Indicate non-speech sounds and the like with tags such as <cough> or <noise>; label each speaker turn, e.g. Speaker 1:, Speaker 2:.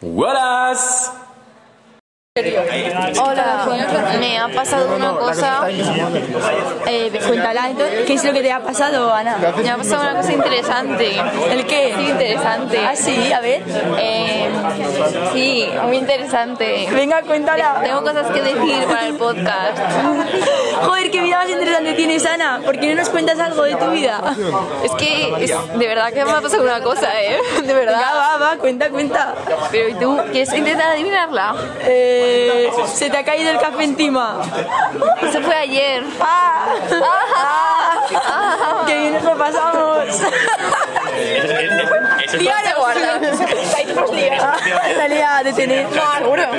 Speaker 1: ¡Buenas!
Speaker 2: Hola, pues me ha pasado una cosa.
Speaker 3: Eh, cuéntala, entonces, ¿qué es lo que te ha pasado, Ana?
Speaker 2: Me ha pasado una cosa interesante.
Speaker 3: ¿El qué?
Speaker 2: Sí, interesante.
Speaker 3: Ah, sí, a ver.
Speaker 2: Eh, sí, muy interesante.
Speaker 3: Venga, cuéntala. <laughs>
Speaker 2: Tengo cosas que decir para el podcast.
Speaker 3: Joder, qué vida más interesante tienes, Ana. ¿Por qué no nos cuentas algo de tu vida?
Speaker 2: Es que es- de verdad que me ha pasado una cosa, ¿eh? <laughs> De
Speaker 3: Venga,
Speaker 2: verdad.
Speaker 3: va, va, cuenta, cuenta.
Speaker 2: Pero ¿y tú? ¿Quieres intentar adivinarla?
Speaker 3: Eh, se te ha caído el café encima.
Speaker 2: Eso fue ayer.
Speaker 3: ¡Ah! ¡Ah! ¡Qué bien nos lo pasamos!
Speaker 1: Ese es-
Speaker 3: ¡Liaros! <laughs>
Speaker 2: guarda.
Speaker 3: Ah, La liada de tener.